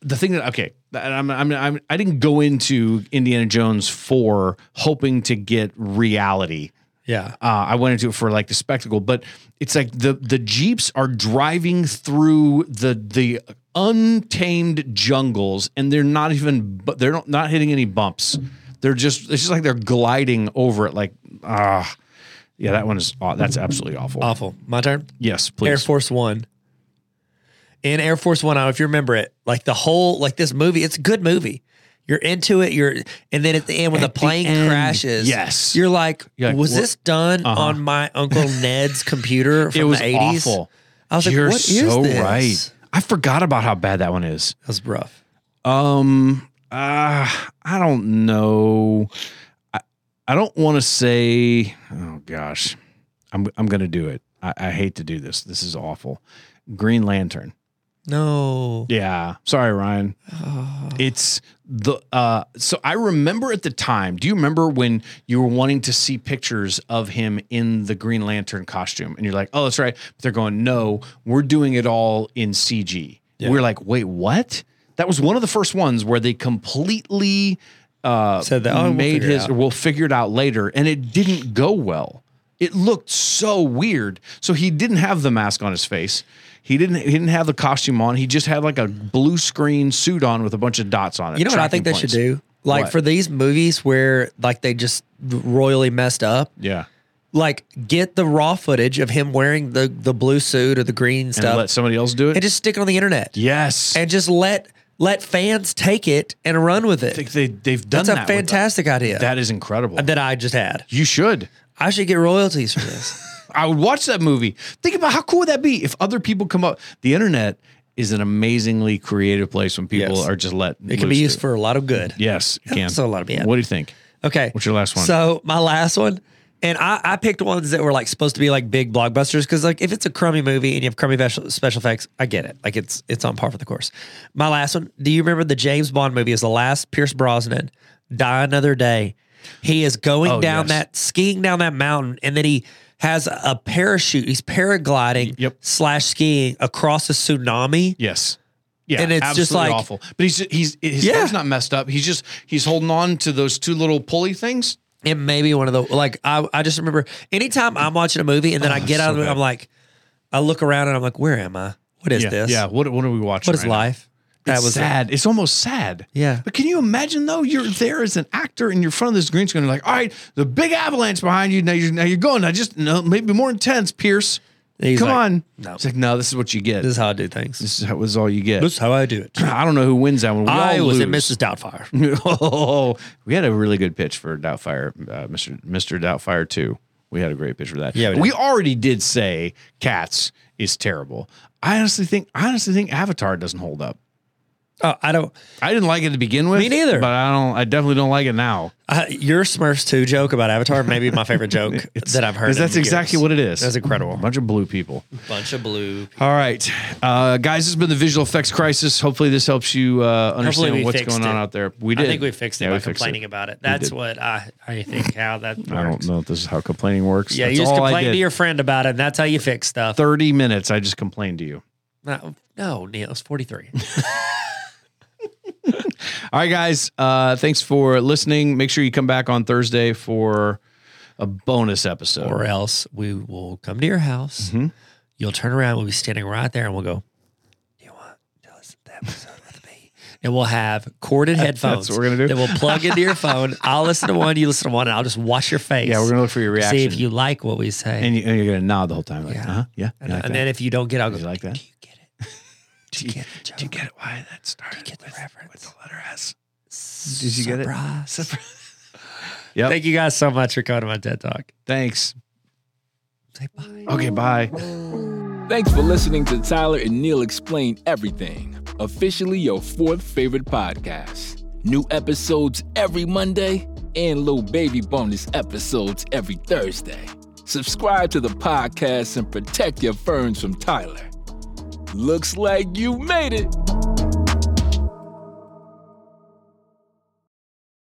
S1: the thing that okay, and I'm, I'm, I'm I didn't go into Indiana Jones four hoping to get reality.
S2: Yeah.
S1: Uh, I went into it for like the spectacle, but it's like the the jeeps are driving through the the untamed jungles, and they're not even but they're not, not hitting any bumps. They're just it's just like they're gliding over it. Like ah, yeah, that one is aw- that's absolutely awful.
S2: Awful. My turn.
S1: yes,
S2: Air
S1: please.
S2: Force One. In Air Force One, I don't know if you remember it, like the whole like this movie, it's a good movie. You're into it. You're, and then at the end when the plane
S1: end,
S2: crashes,
S1: yes.
S2: you're like,
S1: You're like,
S2: was
S1: what-
S2: this done
S1: Uh-huh.
S2: on my uncle Ned's computer from
S1: It was
S2: the 80s?
S1: awful.
S2: I was like,
S1: You're
S2: what is
S1: so
S2: this?
S1: right. I forgot about how bad that one is.
S2: That was rough.
S1: Um, uh, I don't know. I, I don't want to say. Oh gosh, I'm I'm gonna do it. I, I hate to do this. This is awful. Green Lantern.
S2: No.
S1: Yeah, sorry, Ryan.
S2: Oh.
S1: It's the uh. So I remember at the time. Do you remember when you were wanting to see pictures of him in the Green Lantern costume, and you're like, "Oh, that's right." But they're going, "No, we're doing it all in CG."
S2: Yeah.
S1: We're like, "Wait, what?" That was one of the first ones where they completely uh,
S2: Said that, "Oh, we'll
S1: made
S2: figure it
S1: his.
S2: out."
S1: We'll figure it out later, and it didn't go well. It looked so weird. So he didn't have the mask on his face. He didn't. He didn't have the costume on. He just had like a blue screen suit on with a bunch of dots on it.
S2: You know what I
S1: tracking
S2: think they should
S1: points.
S2: do? Like
S1: What?
S2: for these movies where like they just royally messed up,
S1: Yeah,
S2: like get the raw footage of him wearing the the blue suit or the green
S1: and
S2: stuff
S1: let somebody else do it.
S2: and just stick it on the internet
S1: yes,
S2: and just let let fans take it and run with
S1: I think
S2: it.
S1: they they've done
S2: That's a
S1: that with them.
S2: fantastic idea
S1: That is incredible.
S2: that I just had.
S1: You should.
S2: I should get royalties for this.
S1: I would watch that movie. Think about how cool would that be if other people come up. The internet is an amazingly creative place when people
S2: Yes.
S1: are just let.
S2: It can be used for a lot of good.
S1: Yes, it can.
S2: So a lot of- yeah.
S1: What do you think?
S2: Okay.
S1: What's your last one?
S2: So my last one, and I, I picked ones that were like supposed to be like big blockbusters because like if it's a crummy movie and you have crummy special, special effects, I get it. Like it's it's on par for the course. My last one. Do you remember the James Bond movie? Is the last Pierce Brosnan, Die Another Day. He is going
S1: Oh, yes.
S2: down that skiing down that mountain, and then he has a parachute. He's paragliding
S1: Yep.
S2: slash skiing across a tsunami.
S1: Yes. Yeah,
S2: And it's just
S1: absolutely
S2: like-
S1: awful. But he's he's his
S2: Yeah.
S1: head's not messed up. He's just he's holding on to those two little pulley things.
S2: It may be one of the like I, I just remember anytime I'm watching a movie and then I
S1: Oh,
S2: get out
S1: so
S2: of it,
S1: bad.
S2: I'm like, I look around and I'm like, where am I? What is
S1: yeah,
S2: this?
S1: yeah. What what are we watching?
S2: What is
S1: right now?
S2: life?
S1: It's sad. It's almost sad.
S2: Yeah.
S1: But can you imagine though? You're there as an actor and you're in front of this green screen. You're like, all right, the big avalanche behind you. Now you're now you're going. I just no, maybe more intense, Pierce.
S2: And he's
S1: Come
S2: like,
S1: on.
S2: "No."
S1: It's like no, this is what you get.
S2: This
S1: This,
S2: is how I do things.
S1: is how, this is all you get.
S2: This is how I do it.
S1: I don't know who wins that one. We
S2: I
S1: all
S2: was
S1: lose.
S2: at Mrs. Doubtfire.
S1: oh, we had a really good pitch for Doubtfire, uh, Mr. Mr. Doubtfire too. We had a great pitch for that.
S2: Yeah, we
S1: we,
S2: did.
S1: already did say Cats is terrible. I honestly think, I honestly think Avatar doesn't hold up.
S2: Oh, I don't.
S1: I didn't like it to begin with.
S2: Me neither.
S1: But I don't. I definitely don't like it now.
S2: I, your Smurfs two joke about Avatar may be my favorite joke that I've heard.
S1: Because
S2: in
S1: that's
S2: years.
S1: exactly what it is. Mm-hmm.
S2: That's incredible.
S1: A bunch of blue people.
S2: Bunch of blue.
S1: All right, uh, guys. This has been the visual effects crisis. Hopefully, this helps you uh,
S2: we
S1: understand what's
S2: fixed
S1: going on
S2: it.
S1: out there. We did.
S2: I think we fixed it
S1: Yeah,
S2: by
S1: we fixed
S2: complaining about it. That's
S1: did.
S2: what I I think how that works.
S1: I don't know if this is how complaining works.
S2: Yeah,
S1: That's
S2: you just
S1: all I
S2: complain
S1: did.
S2: to your friend about it, and that's how you fix stuff.
S1: 30 minutes I just complained to you.
S2: No, no, Neil, it's 43.
S1: All right, guys. Uh, thanks for listening. Make sure you come back on Thursday for a bonus episode.
S2: or else we will come to your house.
S1: Mhm.
S2: You'll turn around. We'll be standing right there, and we'll go. Do you want to listen to that episode with me? And we'll have corded headphones.
S1: what we're gonna do.
S2: That will plug into your phone. I'll listen to one. You listen to one, and I'll just watch your face.
S1: Yeah, we're going to look for your reaction.
S2: see if you like what we say.
S1: and, you, and you're going to nod the whole time. Like,
S2: Yeah.
S1: yeah. Uh-huh, yeah. you
S2: and,
S1: like
S2: and
S1: that?
S2: then if you don't get, it, I'll go.
S1: You like that?
S2: Do you get it? Do you get the joke?
S1: Do you get it? Why that started
S2: get the
S1: with,
S2: reference?
S1: with the letter S?
S2: Did
S1: you get it? Yep.
S2: Thank you guys so much for coming to my TED Talk.
S1: Thanks.
S2: Say bye.
S1: Okay, bye.
S3: Thanks for listening to Tyler and Neil Explain Everything, officially your fourth favorite podcast. New episodes every Monday and little baby bonus episodes every Thursday. Subscribe to the podcast and protect your ferns from Tyler. Looks like you made it.